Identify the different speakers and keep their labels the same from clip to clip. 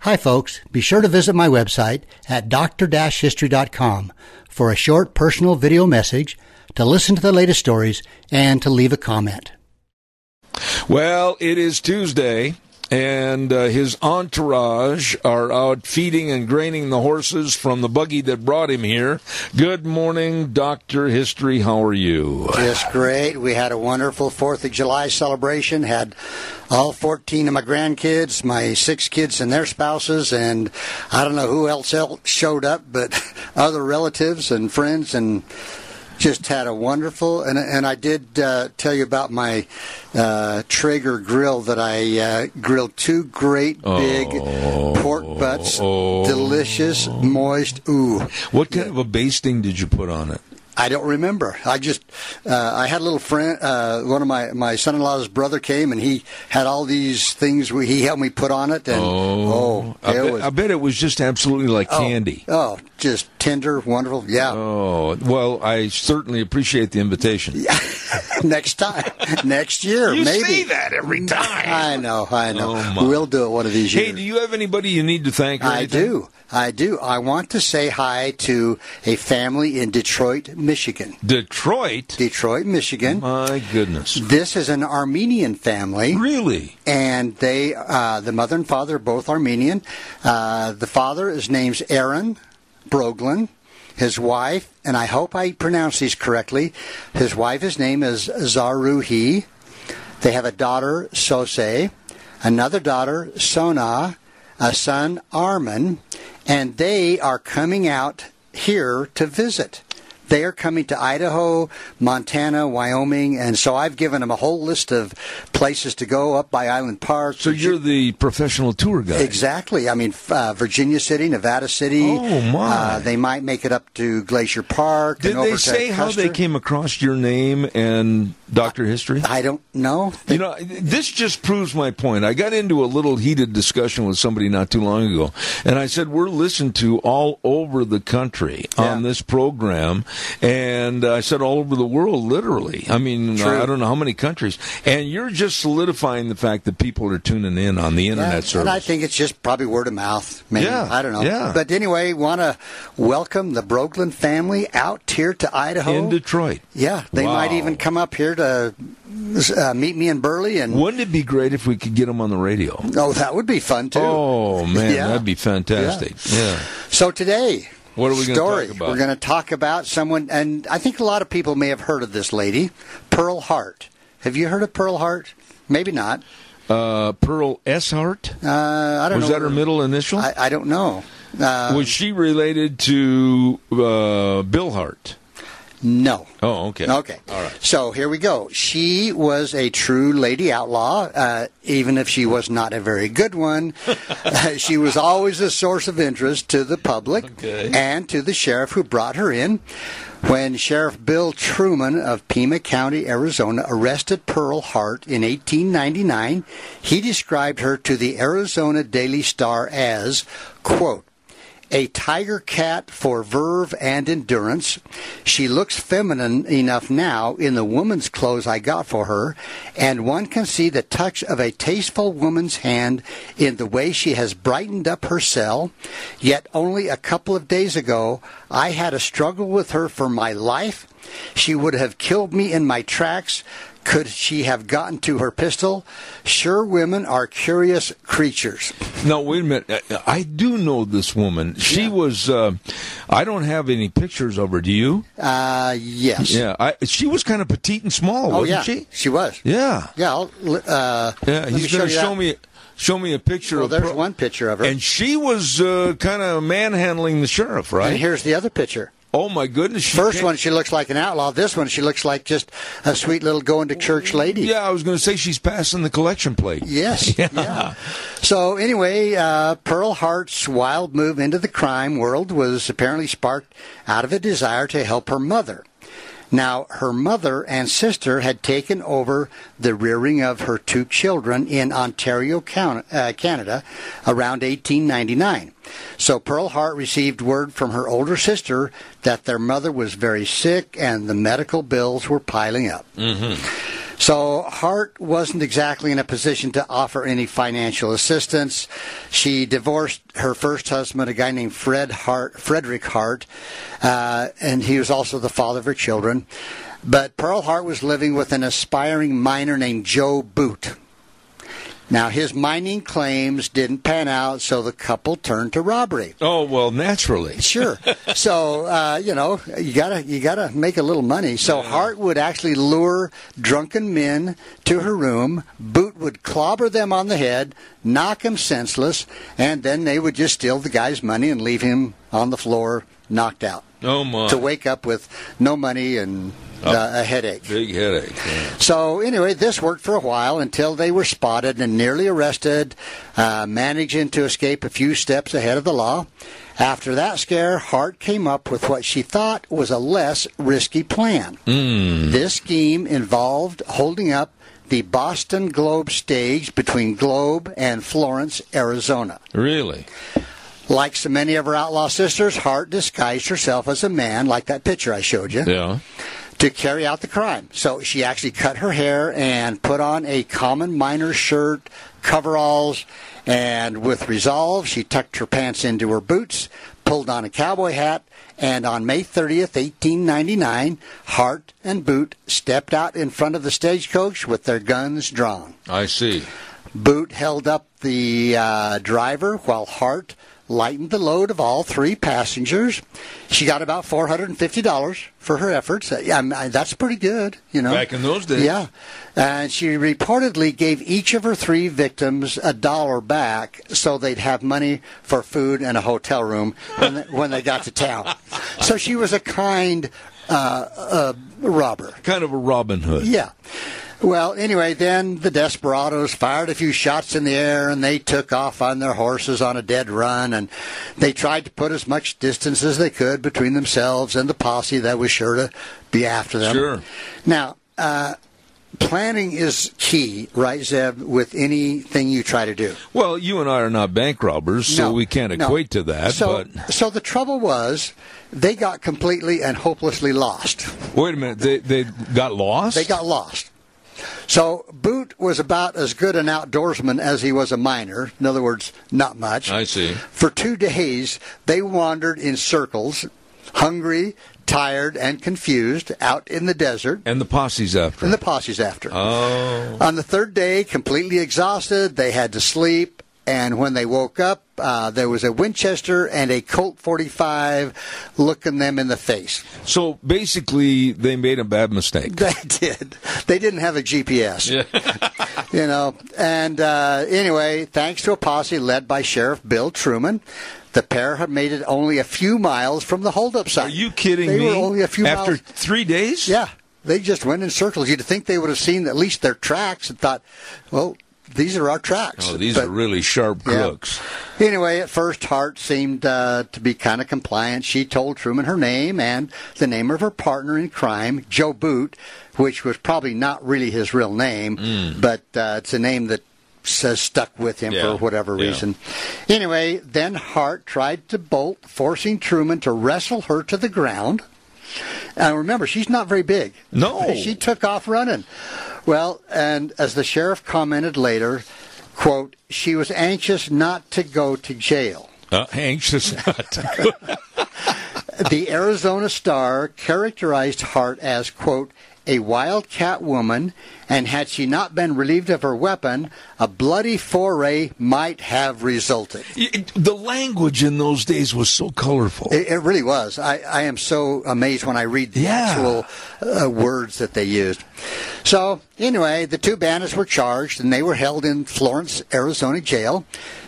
Speaker 1: Hi, folks. Be sure to visit my website at dr-history.com for a short personal video message, to listen to the latest stories, and to leave a comment.
Speaker 2: Well, it is Tuesday, and uh, his entourage are out feeding and graining the horses from the buggy that brought him here. Good morning, Dr. History. How are you?
Speaker 1: Just great. We had a wonderful 4th of July celebration, had all 14 of my grandkids, my six kids and their spouses, and I don't know who else el- showed up, but other relatives and friends and just had a wonderful and and I did uh, tell you about my uh, Traeger grill that I uh, grilled two great big pork butts, delicious, moist. Ooh,
Speaker 2: What kind of a basting did you put on it?
Speaker 1: I don't remember. I just uh, I had a little friend. Uh, one of my my son-in-law's brother came and he had all these things we, he helped me put on it. And oh,
Speaker 2: I
Speaker 1: it
Speaker 2: bet,
Speaker 1: was
Speaker 2: I bet it was just absolutely like candy.
Speaker 1: oh just tender, wonderful. Yeah.
Speaker 2: Oh, well, I certainly appreciate the invitation.
Speaker 1: next time, next year,
Speaker 2: You
Speaker 1: maybe. Mm,
Speaker 2: say that every time.
Speaker 1: I know, I know.
Speaker 2: Oh, my.
Speaker 1: we'll do it one of these years.
Speaker 2: Hey, do you have anybody you need to thank? Or
Speaker 1: I
Speaker 2: anything?
Speaker 1: do. I do. I want to say hi to a family in Detroit, Michigan.
Speaker 2: Detroit.
Speaker 1: Detroit, Michigan.
Speaker 2: My goodness.
Speaker 1: This is an Armenian family,
Speaker 2: Really?
Speaker 1: and they, uh, the mother and father, are both Armenian. Uh, the father is named Aaron Broglin. His wife, and I hope I pronounce these correctly. His wife, his name is Zaruhi. They have a daughter, Sose, another daughter, Sona, a son, Armin, and they are coming out here to visit. They are coming to Idaho, Montana, Wyoming, and so I've given them a whole list of places to go up by Island Park.
Speaker 2: So you're the professional tour guide.
Speaker 1: Exactly. I mean, f- uh, Virginia City, Nevada City.
Speaker 2: Oh, my.
Speaker 1: Uh, they might make it up to Glacier Park.
Speaker 2: Did
Speaker 1: and over
Speaker 2: they
Speaker 1: to
Speaker 2: say how they
Speaker 1: Custer.
Speaker 2: came across your name and Doctor History?
Speaker 1: I don't know.
Speaker 2: You know, this just proves my point. I got into a little heated discussion with somebody not too long ago, and I said we're listened to all over the country on
Speaker 1: Yeah.
Speaker 2: this program, and I said all over the world, literally. I mean,
Speaker 1: True.
Speaker 2: I don't know how many countries, and you're just solidifying the fact that people are tuning in on the internet
Speaker 1: Yeah,
Speaker 2: service.
Speaker 1: And I think it's just probably word of mouth. Maybe.
Speaker 2: Yeah,
Speaker 1: I don't know.
Speaker 2: yeah.
Speaker 1: But anyway, want to welcome the Brooklyn family out here to Idaho.
Speaker 2: in Detroit.
Speaker 1: yeah, they might
Speaker 2: Wow.
Speaker 1: even come up here to uh, meet me in Burley, and
Speaker 2: Wouldn't it be great if we could get them on the radio?
Speaker 1: oh, that would be fun too.
Speaker 2: Oh man,
Speaker 1: Yeah.
Speaker 2: that'd be fantastic. Yeah.
Speaker 1: So today,
Speaker 2: What are we gonna
Speaker 1: story?
Speaker 2: talk about?
Speaker 1: We're going to talk about someone, and I think a lot of people may have heard of this lady, Pearl Hart. Have you heard of Pearl Hart? Maybe not.
Speaker 2: Uh, Pearl Esshart
Speaker 1: Uh, I don't
Speaker 2: was
Speaker 1: know.
Speaker 2: that her middle initial?
Speaker 1: I, I don't know. Uh,
Speaker 2: was she related to uh, Bill Hart?
Speaker 1: no.
Speaker 2: Oh, okay.
Speaker 1: Okay. All right. So here we go. She was a true lady outlaw, uh, even if she was not a very good one. Uh, she was always a source of interest to the public
Speaker 2: Okay.
Speaker 1: and to the sheriff who brought her in. When Sheriff Bill Truman of Pima County, Arizona, arrested Pearl Hart in 1899, he described her to the Arizona Daily Star as, quote, a tiger cat for verve and endurance. She looks feminine enough now in the woman's clothes I got for her, and one can see the touch of a tasteful woman's hand in the way she has brightened up her cell. Yet only a couple of days ago, I had a struggle with her for my life. She would have killed me in my tracks. Could she have gotten to her pistol? Sure, women are curious creatures.
Speaker 2: No, wait a minute. Uh, I- I do know this woman. She was. Uh, I don't have any pictures of her. Do you?
Speaker 1: Uh, yes.
Speaker 2: Yeah. I, she was kind of petite and small,
Speaker 1: Oh
Speaker 2: wasn't
Speaker 1: yeah,
Speaker 2: she?
Speaker 1: was.
Speaker 2: Yeah.
Speaker 1: yeah. I'll, uh,
Speaker 2: Yeah.
Speaker 1: let
Speaker 2: He's
Speaker 1: me
Speaker 2: going to
Speaker 1: you
Speaker 2: show
Speaker 1: that.
Speaker 2: me. Show me a picture
Speaker 1: Well,
Speaker 2: of.
Speaker 1: there's
Speaker 2: Pearl-
Speaker 1: one picture of her,
Speaker 2: And she was uh, kind of manhandling the sheriff,
Speaker 1: And
Speaker 2: right?
Speaker 1: here's the other picture.
Speaker 2: oh my goodness! She
Speaker 1: First
Speaker 2: came-
Speaker 1: one, she looks like an outlaw. This one, she looks like just a sweet little going to church lady.
Speaker 2: Yeah, I was going to say she's passing the collection plate.
Speaker 1: Yes. Yeah. So anyway, uh, Pearl Hart's wild move into the crime world was apparently sparked out of a desire to help her mother. Now, her mother and sister had taken over the rearing of her two children in Ontario, Count- uh, Canada, around 1899. So Pearl Hart received word from her older sister that their mother was very sick and the medical bills were piling up. So Hart wasn't exactly in a position to offer any financial assistance. She divorced her first husband, a guy named Fred Hart, Frederick Hart, uh, and he was also the father of her children. But Pearl Hart was living with an aspiring miner named Joe Boot. Now, his mining claims didn't pan out, so the couple turned to robbery.
Speaker 2: Oh well, naturally.
Speaker 1: Sure. so uh, you know you gotta you gotta make a little money. So Hart would actually lure drunken men to her room. Boot would clobber them on the head, knock them senseless, and then they would just steal the guy's money and leave him on the floor, knocked out,
Speaker 2: Oh my,
Speaker 1: to wake up with no money and uh, a headache.
Speaker 2: big headache. yeah.
Speaker 1: So anyway, this worked for a while until they were spotted and nearly arrested, uh, managing to escape a few steps ahead of the law. After that scare, Hart came up with what she thought was a less risky plan. This scheme involved holding up the Boston Globe stage between Globe and Florence, Arizona.
Speaker 2: Really?
Speaker 1: Like so many of her outlaw sisters, Hart disguised herself as a man, like that picture I showed you
Speaker 2: Yeah.
Speaker 1: to carry out the crime. So she actually cut her hair and put on a common miner's shirt, coveralls, and with resolve, she tucked her pants into her boots, pulled on a cowboy hat, and on May 30th, 1899, Hart and Boot stepped out in front of the stagecoach with their guns drawn.
Speaker 2: I see.
Speaker 1: Boot held up the uh, driver while Hart lightened the load of all three passengers. She got about four hundred and fifty dollars for her efforts. Uh, yeah, I mean, I- that's pretty good, you know.
Speaker 2: Back in those days.
Speaker 1: yeah. And she reportedly gave each of her three victims a dollar back, so they'd have money for food and a hotel room when they, when they got to town. So she was a kind uh, uh, robber.
Speaker 2: Kind of a Robin Hood.
Speaker 1: Yeah. Well, anyway, then the desperados fired a few shots in the air and they took off on their horses on a dead run and they tried to put as much distance as they could between themselves and the posse that was sure to be after them.
Speaker 2: Sure.
Speaker 1: Now, uh, planning is key, right, Zeb, with anything you try to do.
Speaker 2: Well, you and I are not bank robbers, so
Speaker 1: No,
Speaker 2: we can't
Speaker 1: no.
Speaker 2: equate to that.
Speaker 1: So,
Speaker 2: but
Speaker 1: so the trouble was they got completely and hopelessly lost.
Speaker 2: wait a minute, they they got lost.
Speaker 1: They got lost. So Boot was about as good an outdoorsman as he was a miner. In other words, not much.
Speaker 2: I see.
Speaker 1: For two days, they wandered in circles, hungry, tired, and confused, out in the desert.
Speaker 2: and the posse's after.
Speaker 1: And the posse's after.
Speaker 2: oh,
Speaker 1: On the third day, completely exhausted, they had to sleep. And when they woke up, uh, there was a Winchester and a Colt 45 looking them in the face.
Speaker 2: so basically they made a bad mistake.
Speaker 1: They did. They didn't have a GPS. you know, and uh, anyway, thanks to a posse led by Sheriff Bill Truman, the pair had made it only a few miles from the holdup site.
Speaker 2: Are you kidding
Speaker 1: they
Speaker 2: me?
Speaker 1: Were only a few
Speaker 2: after
Speaker 1: miles.
Speaker 2: three days?
Speaker 1: Yeah, they just went in circles. You'd think they would have seen at least their tracks and thought, well, these are our tracks.
Speaker 2: Oh, these
Speaker 1: But-
Speaker 2: are really sharp
Speaker 1: yeah.
Speaker 2: crooks.
Speaker 1: Anyway, at first, Hart seemed uh, to be kind of compliant. She told Truman her name and the name of her partner in crime, Joe Boot, which was probably not really his real name, but uh, it's a name that says stuck with him
Speaker 2: Mm. Yeah,
Speaker 1: for whatever
Speaker 2: yeah.
Speaker 1: reason. Anyway, then Hart tried to bolt, forcing Truman to wrestle her to the ground. And remember, she's not very big.
Speaker 2: No.
Speaker 1: She took off running. Well, and as the sheriff commented later, quote, she was anxious not to go to jail.
Speaker 2: Uh, anxious not.
Speaker 1: The Arizona Star characterized Hart as, quote, a wildcat woman, and had she not been relieved of her weapon, a bloody foray might have resulted.
Speaker 2: the language in those days was so colorful.
Speaker 1: It, it really was. I, I am so amazed when I read the
Speaker 2: Yeah.
Speaker 1: actual uh, words that they used. So, anyway, the two bandits were charged and they were held in Florence, Arizona jail.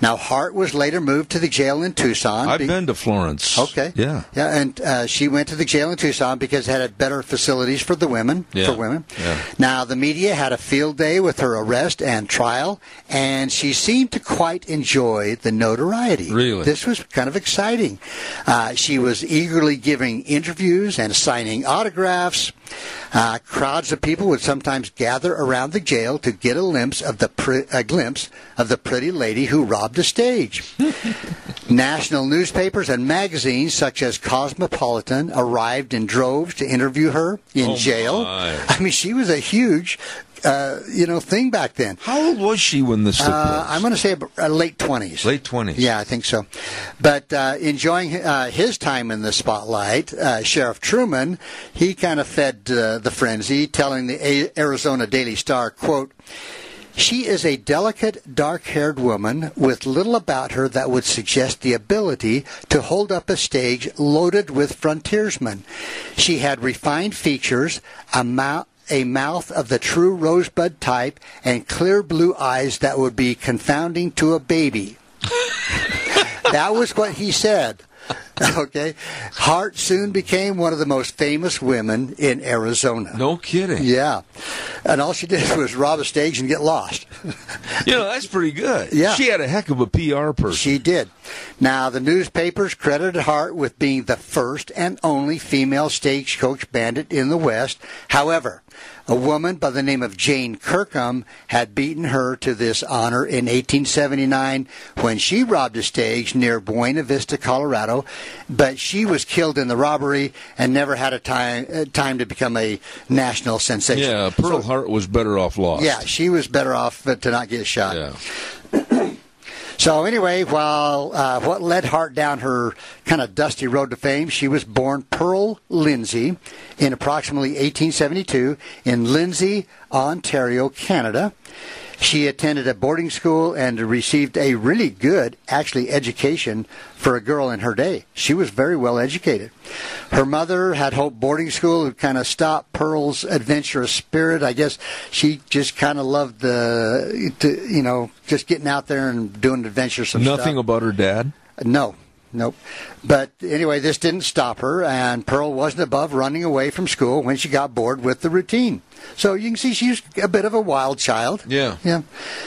Speaker 1: Now, Hart was later moved to the jail in Tucson.
Speaker 2: I've
Speaker 1: be-
Speaker 2: been to Florence.
Speaker 1: Okay.
Speaker 2: Yeah.
Speaker 1: Yeah, and uh, she went to the jail in Tucson because it had better facilities for the women.
Speaker 2: Yeah.
Speaker 1: For women.
Speaker 2: Yeah.
Speaker 1: Now the media had a field day with her arrest and trial, and she seemed to quite enjoy the notoriety.
Speaker 2: Really?
Speaker 1: This was kind of exciting. Uh, she was eagerly giving interviews and signing autographs. Uh, crowds of people would sometimes gather around the jail to get a glimpse of the pre- a glimpse of the pretty lady who robbed the stage. National newspapers and magazines such as Cosmopolitan arrived in droves to interview her in
Speaker 2: Oh,
Speaker 1: jail.
Speaker 2: my.
Speaker 1: I mean, she was a huge, uh, you know, thing back then.
Speaker 2: How old was she when this took
Speaker 1: Uh,
Speaker 2: place?
Speaker 1: I'm going to say ab- uh, late 20s.
Speaker 2: Late 20s.
Speaker 1: Yeah, I think so. But uh, enjoying uh, his time in the spotlight, uh, Sheriff Truman, he kind of fed uh, the frenzy, telling the A- Arizona Daily Star, quote, she is a delicate, dark haired woman with little about her that would suggest the ability to hold up a stage loaded with frontiersmen. She had refined features, a, mou- a mouth of the true rosebud type, and clear blue eyes that would be confounding to a baby. That was what he said. Okay. Hart soon became one of the most famous women in Arizona.
Speaker 2: No kidding.
Speaker 1: Yeah. And all she did was rob a stage and get lost.
Speaker 2: You know, that's pretty good.
Speaker 1: Yeah.
Speaker 2: She had a heck of a PR person.
Speaker 1: She did. Now, the newspapers credited Hart with being the first and only female stagecoach bandit in the West. However, a woman by the name of Jane Kirkham had beaten her to this honor in 1879 when she robbed a stage near Buena Vista, Colorado, but she was killed in the robbery and never had a time, uh, time to become a national sensation.
Speaker 2: yeah, Pearl Hart was better off lost.
Speaker 1: Yeah, she was better off uh, to not get shot.
Speaker 2: Yeah.
Speaker 1: So anyway, while uh, what led Hart down her kind of dusty road to fame, she was born Pearl Lindsay in approximately 1872 in Lindsay, Ontario, Canada. She attended a boarding school and received a really good, actually, education for a girl in her day. She was very well educated. Her mother had hoped boarding school would kind of stop Pearl's adventurous spirit. I guess she just kind of loved the, to, you know, just getting out there and doing adventuresome stuff.
Speaker 2: Nothing about her dad.
Speaker 1: No, nope. But anyway, this didn't stop her, and Pearl wasn't above running away from school when she got bored with the routine. So you can see she's a bit of a wild child.
Speaker 2: Yeah.
Speaker 1: Yeah.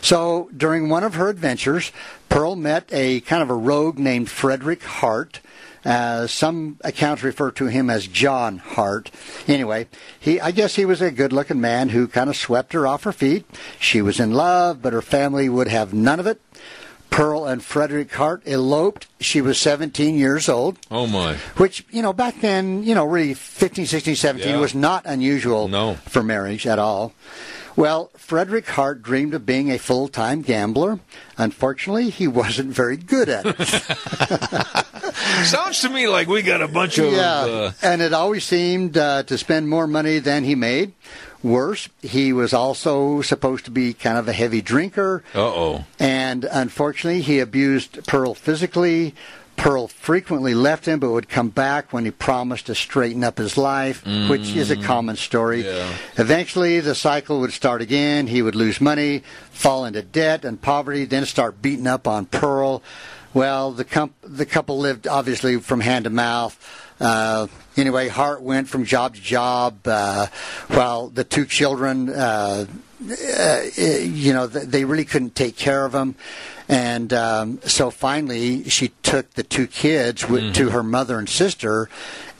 Speaker 1: So during one of her adventures, Pearl met a kind of a rogue named Frederick Hart. Uh, some accounts refer to him as John Hart. Anyway, he I guess he was a good-looking man who kind of swept her off her feet. She was in love, but her family would have none of it. Pearl and Frederick Hart eloped. She was 17 years old,
Speaker 2: Oh, my.
Speaker 1: which, you know, back then, you know, really 15, 16, 17
Speaker 2: Yeah.
Speaker 1: was not unusual
Speaker 2: No.
Speaker 1: for marriage at all. Well, Frederick Hart dreamed of being a full time gambler. Unfortunately, he wasn't very good at it.
Speaker 2: Sounds to me like we got a bunch of.
Speaker 1: yeah,
Speaker 2: Uh,
Speaker 1: and it always seemed uh, to spend more money than he made. Worse, he was also supposed to be kind of a heavy drinker.
Speaker 2: uh, uh-oh.
Speaker 1: And unfortunately, he abused Pearl physically. Pearl frequently left him, but would come back when he promised to straighten up his life, which is a common story.
Speaker 2: Yeah.
Speaker 1: Eventually, the cycle would start again. He would lose money, fall into debt and poverty, then start beating up on Pearl. Well, the, com- the couple lived obviously from hand to mouth. Uh, anyway, Hart went from job to job uh, while the two children. Uh, you know, th- they really couldn't take care of him. And um, so finally, she took the two kids with,
Speaker 2: Mm-hmm.
Speaker 1: to her mother and sister,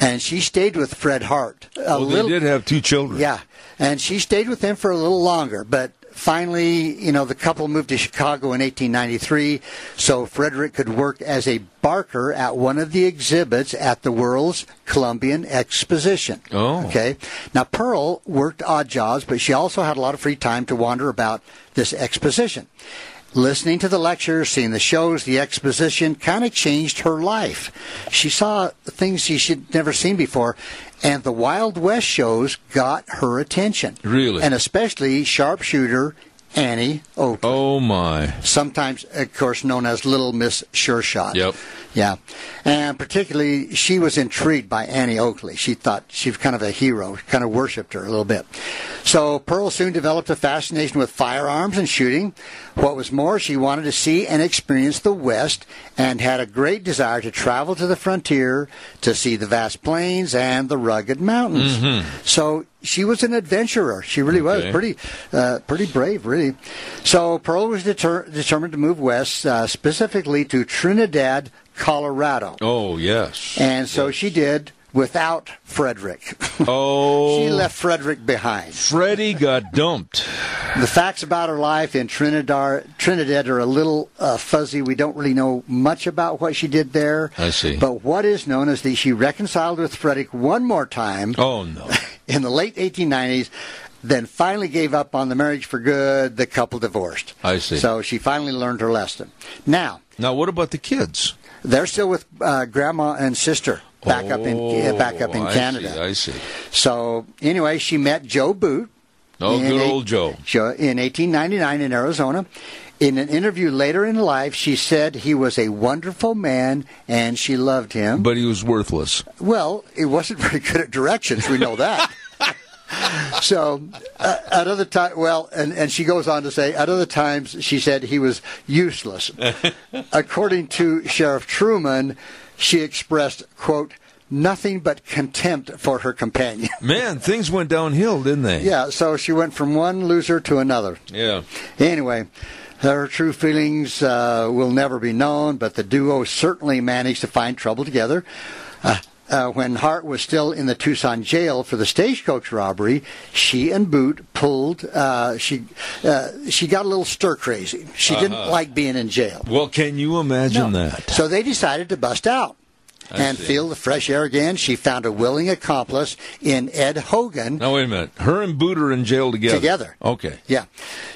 Speaker 1: and she stayed with Fred Hart a
Speaker 2: Well,
Speaker 1: little.
Speaker 2: Oh, they did have two children.
Speaker 1: Yeah, and she stayed with him for a little longer, but finally, you know, the couple moved to Chicago in 1893, so Frederick could work as a barker at one of the exhibits at the World's Columbian Exposition.
Speaker 2: Oh.
Speaker 1: okay. Now Pearl worked odd jobs, but she also had a lot of free time to wander about this exposition. Listening to the lectures, seeing the shows, the exposition kind of changed her life. She saw things she should never seen before, and the Wild West shows got her attention.
Speaker 2: Really?
Speaker 1: And especially sharpshooter Annie Oakley
Speaker 2: Oh, my.
Speaker 1: sometimes, of course, known as Little Miss Sure Shot.
Speaker 2: Yep.
Speaker 1: Yeah. And particularly, she was intrigued by Annie Oakley. She thought she was kind of a hero, kind of worshipped her a little bit. So Pearl soon developed a fascination with firearms and shooting. What was more, she wanted to see and experience the West and had a great desire to travel to the frontier to see the vast plains and the rugged mountains. So she was an adventurer. She really
Speaker 2: Mm-hmm. Okay.
Speaker 1: was pretty pretty, uh, pretty brave, really. So Pearl was deter- determined to move west, uh, specifically to Trinidad, Colorado,
Speaker 2: Oh, yes.
Speaker 1: and so she did. without Frederick.
Speaker 2: Oh.
Speaker 1: she left Frederick behind.
Speaker 2: Freddie got dumped.
Speaker 1: The facts about her life in Trinidad, Trinidad are a little uh, fuzzy. We don't really know much about what she did there.
Speaker 2: I see.
Speaker 1: But what is known is that she reconciled with Frederick one more time
Speaker 2: Oh, no.
Speaker 1: in the late 1890s, then finally gave up on the marriage for good. The couple divorced.
Speaker 2: I see.
Speaker 1: So she finally learned her lesson. Now,
Speaker 2: Now, what about the kids?
Speaker 1: they're still with uh, grandma and sister back up in eh,
Speaker 2: Oh,
Speaker 1: back up in
Speaker 2: I
Speaker 1: Canada.
Speaker 2: see, I see.
Speaker 1: So anyway, she met Joe Boot.
Speaker 2: Oh,
Speaker 1: in
Speaker 2: good
Speaker 1: eight-
Speaker 2: old Joe.
Speaker 1: Joe- In 1899 in Arizona. In an interview later in life, she said he was a wonderful man and she loved him.
Speaker 2: But he was worthless.
Speaker 1: Well, it wasn't very good at directions. We know that. so, uh, at other times, well, and, and she goes on to say, at other times, she said he was useless. According to Sheriff Truman, she expressed, quote, nothing but contempt for her companion.
Speaker 2: Man, things went downhill, didn't they?
Speaker 1: yeah, so she went from one loser to another.
Speaker 2: Yeah.
Speaker 1: Anyway, her true feelings uh, will never be known, but the duo certainly managed to find trouble together. Uh, uh, when Hart was still in the Tucson jail for the stagecoach robbery, she and Boot pulled. Uh, she uh, she got a little stir crazy. She didn't like being in jail,
Speaker 2: Well, can you imagine Uh-huh. that?
Speaker 1: so they decided to bust out.
Speaker 2: I
Speaker 1: and
Speaker 2: see.
Speaker 1: feel the fresh air again. She found a willing accomplice in Ed Hogan,
Speaker 2: Now, wait a minute. Her and Boot are in jail together.
Speaker 1: Together.
Speaker 2: Okay.
Speaker 1: Yeah,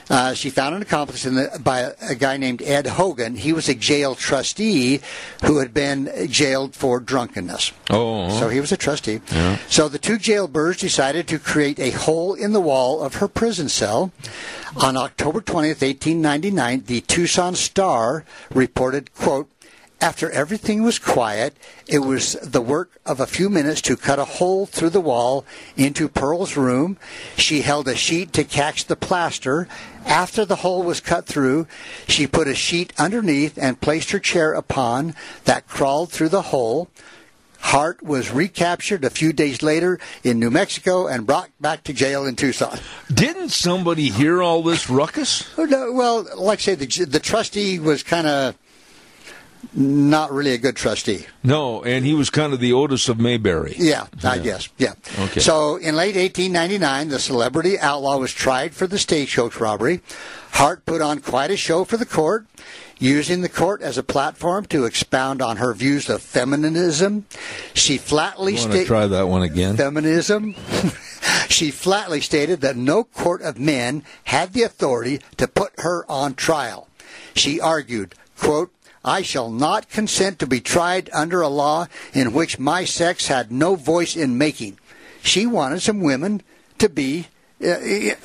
Speaker 1: uh, she found an accomplice in the, by a, a guy named Ed Hogan. He was a jail trustee who had been jailed for drunkenness.
Speaker 2: Oh.
Speaker 1: So he was a trustee. So the two jailbirds decided to create a hole in the wall of her prison cell. On October 20th, 1899, the Tucson Star reported, quote, after everything was quiet, it was the work of a few minutes to cut a hole through the wall into Pearl's room. She held a sheet to catch the plaster. After the hole was cut through, she put a sheet underneath and placed her chair upon that crawled through the hole. Hart was recaptured a few days later in New Mexico and brought back to jail in Tucson.
Speaker 2: Didn't somebody hear all this ruckus?
Speaker 1: Oh, no, Well, like I say, the, the trustee was kind of not really a good trustee.
Speaker 2: No, and he was kind of the Otis of Mayberry.
Speaker 1: Yeah, I guess. Yeah.
Speaker 2: Okay.
Speaker 1: So in late 1899, the celebrity outlaw was tried for the stagecoach robbery. Hart put on quite a show for the court, using the court as a platform to expound on her views of feminism. She flatly
Speaker 2: Want to
Speaker 1: stated.
Speaker 2: try that one again?
Speaker 1: feminism. she flatly stated that no court of men had the authority to put her on trial. She argued, quote, I shall not consent to be tried under a law in which my sex had no voice in making. She wanted some women to be uh,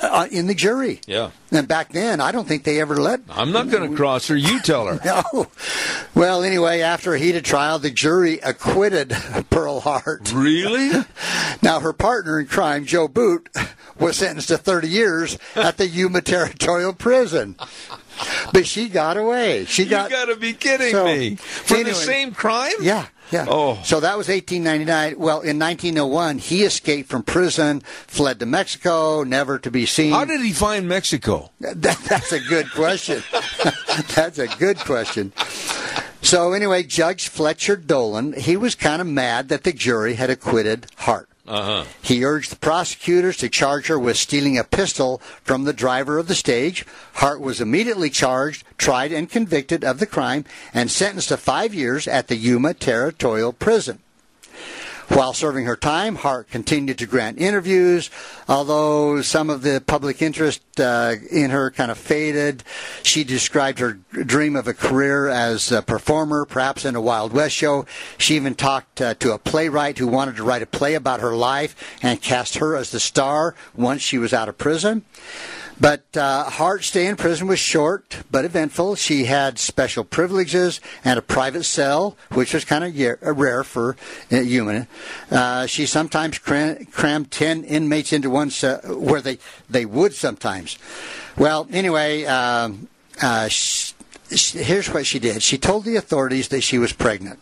Speaker 1: uh, in the jury.
Speaker 2: Yeah.
Speaker 1: And back then, I don't think they ever let
Speaker 2: I'm not going to cross her. You tell her.
Speaker 1: no. Well, anyway, after a heated trial, the jury acquitted Pearl Hart.
Speaker 2: really?
Speaker 1: Now, her partner in crime, Joe Boot, was sentenced to 30 years at the Yuma Territorial Prison. But she got away. She
Speaker 2: You
Speaker 1: got.
Speaker 2: got to be kidding
Speaker 1: So,
Speaker 2: me. For
Speaker 1: anyway.
Speaker 2: the same crime?
Speaker 1: yeah, yeah.
Speaker 2: Oh.
Speaker 1: So that was 1899. Well, in 1901, he escaped from prison, fled to Mexico, never to be seen.
Speaker 2: How did he find Mexico?
Speaker 1: That, that's a good question. that's a good question. So anyway, Judge Fletcher Dolan, he was kind of mad that the jury had acquitted Hart.
Speaker 2: Uh-huh.
Speaker 1: He urged the prosecutors to charge her with stealing a pistol from the driver of the stage. Hart was immediately charged, tried, and convicted of the crime and sentenced to five years at the Yuma Territorial Prison. While serving her time, Hart continued to grant interviews, although some of the public interest uh, in her kind of faded. She described her dream of a career as a performer, perhaps in a Wild West show. She even talked uh, to a playwright who wanted to write a play about her life and cast her as the star once she was out of prison. But uh, Hart's stay in prison was short but eventful. She had special privileges and a private cell, which was kind of ye- uh, rare for a human. Uh, she sometimes cram- crammed 10 inmates into one cell, where they, they would sometimes. Well, anyway, um, uh, sh- sh- here's what she did she told the authorities that she was pregnant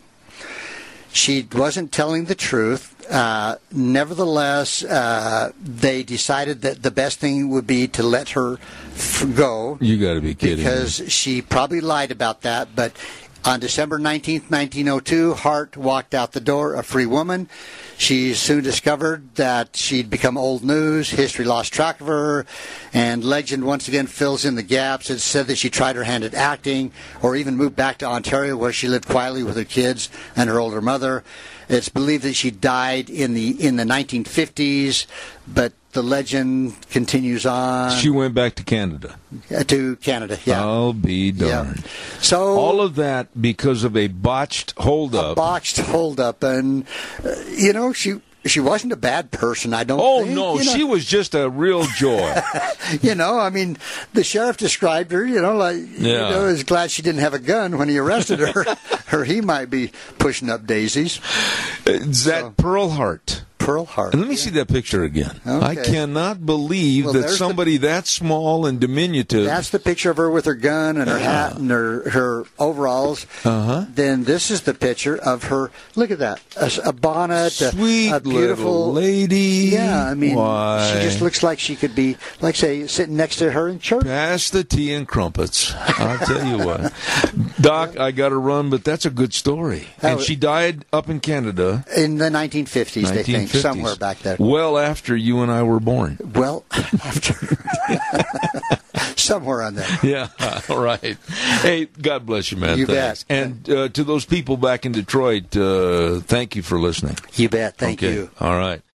Speaker 1: she wasn't telling the truth. Uh, nevertheless, uh, they decided that the best thing would be to let her f- go
Speaker 2: You got to be kidding me.
Speaker 1: because she probably lied about that. oh But on December 19th, 1902, Hart walked out the door a free woman. She soon discovered that she'd become old news, history lost track of her, and legend once again fills in the gaps. It said that she tried her hand at acting or even moved back to Ontario where she lived quietly with her kids and her older mother. It's believed that she died in the in the 1950s, but the legend continues on
Speaker 2: She went back to Canada.
Speaker 1: to Canada. uh, Yeah.
Speaker 2: I'll be
Speaker 1: yeah.
Speaker 2: darned.
Speaker 1: So
Speaker 2: All of that because of a botched
Speaker 1: a
Speaker 2: holdup.
Speaker 1: botched holdup, and uh, you know she she wasn't a bad person. I don't.
Speaker 2: oh
Speaker 1: think,
Speaker 2: no,
Speaker 1: you know,
Speaker 2: she was just a real joy.
Speaker 1: You know, I mean, the sheriff described her. You know, like you
Speaker 2: Yeah.
Speaker 1: know, is glad she didn't have a gun when he arrested her, or he might be pushing up daisies.
Speaker 2: it's that Pearl Heart.
Speaker 1: Pearl Harbor.
Speaker 2: And let me see that picture again. I
Speaker 1: Okay.
Speaker 2: cannot believe
Speaker 1: Well,
Speaker 2: that
Speaker 1: there's the-
Speaker 2: somebody that small and diminutive.
Speaker 1: That's the picture of her with her gun and her hat and her her overalls. Uh-huh. Then this is the picture of her. Look at that, a, s- a bonnet, a-
Speaker 2: Sweet
Speaker 1: a, beautiful
Speaker 2: little lady.
Speaker 1: Yeah, I mean,
Speaker 2: Why?
Speaker 1: she just looks like she could be, like, say, sitting next to her in church.
Speaker 2: Pass the tea and crumpets. I'll tell you what, Doc. I got to run, but that's a good story. And
Speaker 1: Oh.
Speaker 2: she died up in Canada,
Speaker 1: In the 1950s, they think,
Speaker 2: 1950s,
Speaker 1: somewhere back there.
Speaker 2: Well after you and I were born.
Speaker 1: Well, after. somewhere on there.
Speaker 2: Yeah, all right. Hey, God bless you, man.
Speaker 1: You
Speaker 2: Thanks.
Speaker 1: bet.
Speaker 2: And uh, to those people back in Detroit, uh, thank you for listening.
Speaker 1: You bet. Thank
Speaker 2: Okay.
Speaker 1: you.
Speaker 2: All right.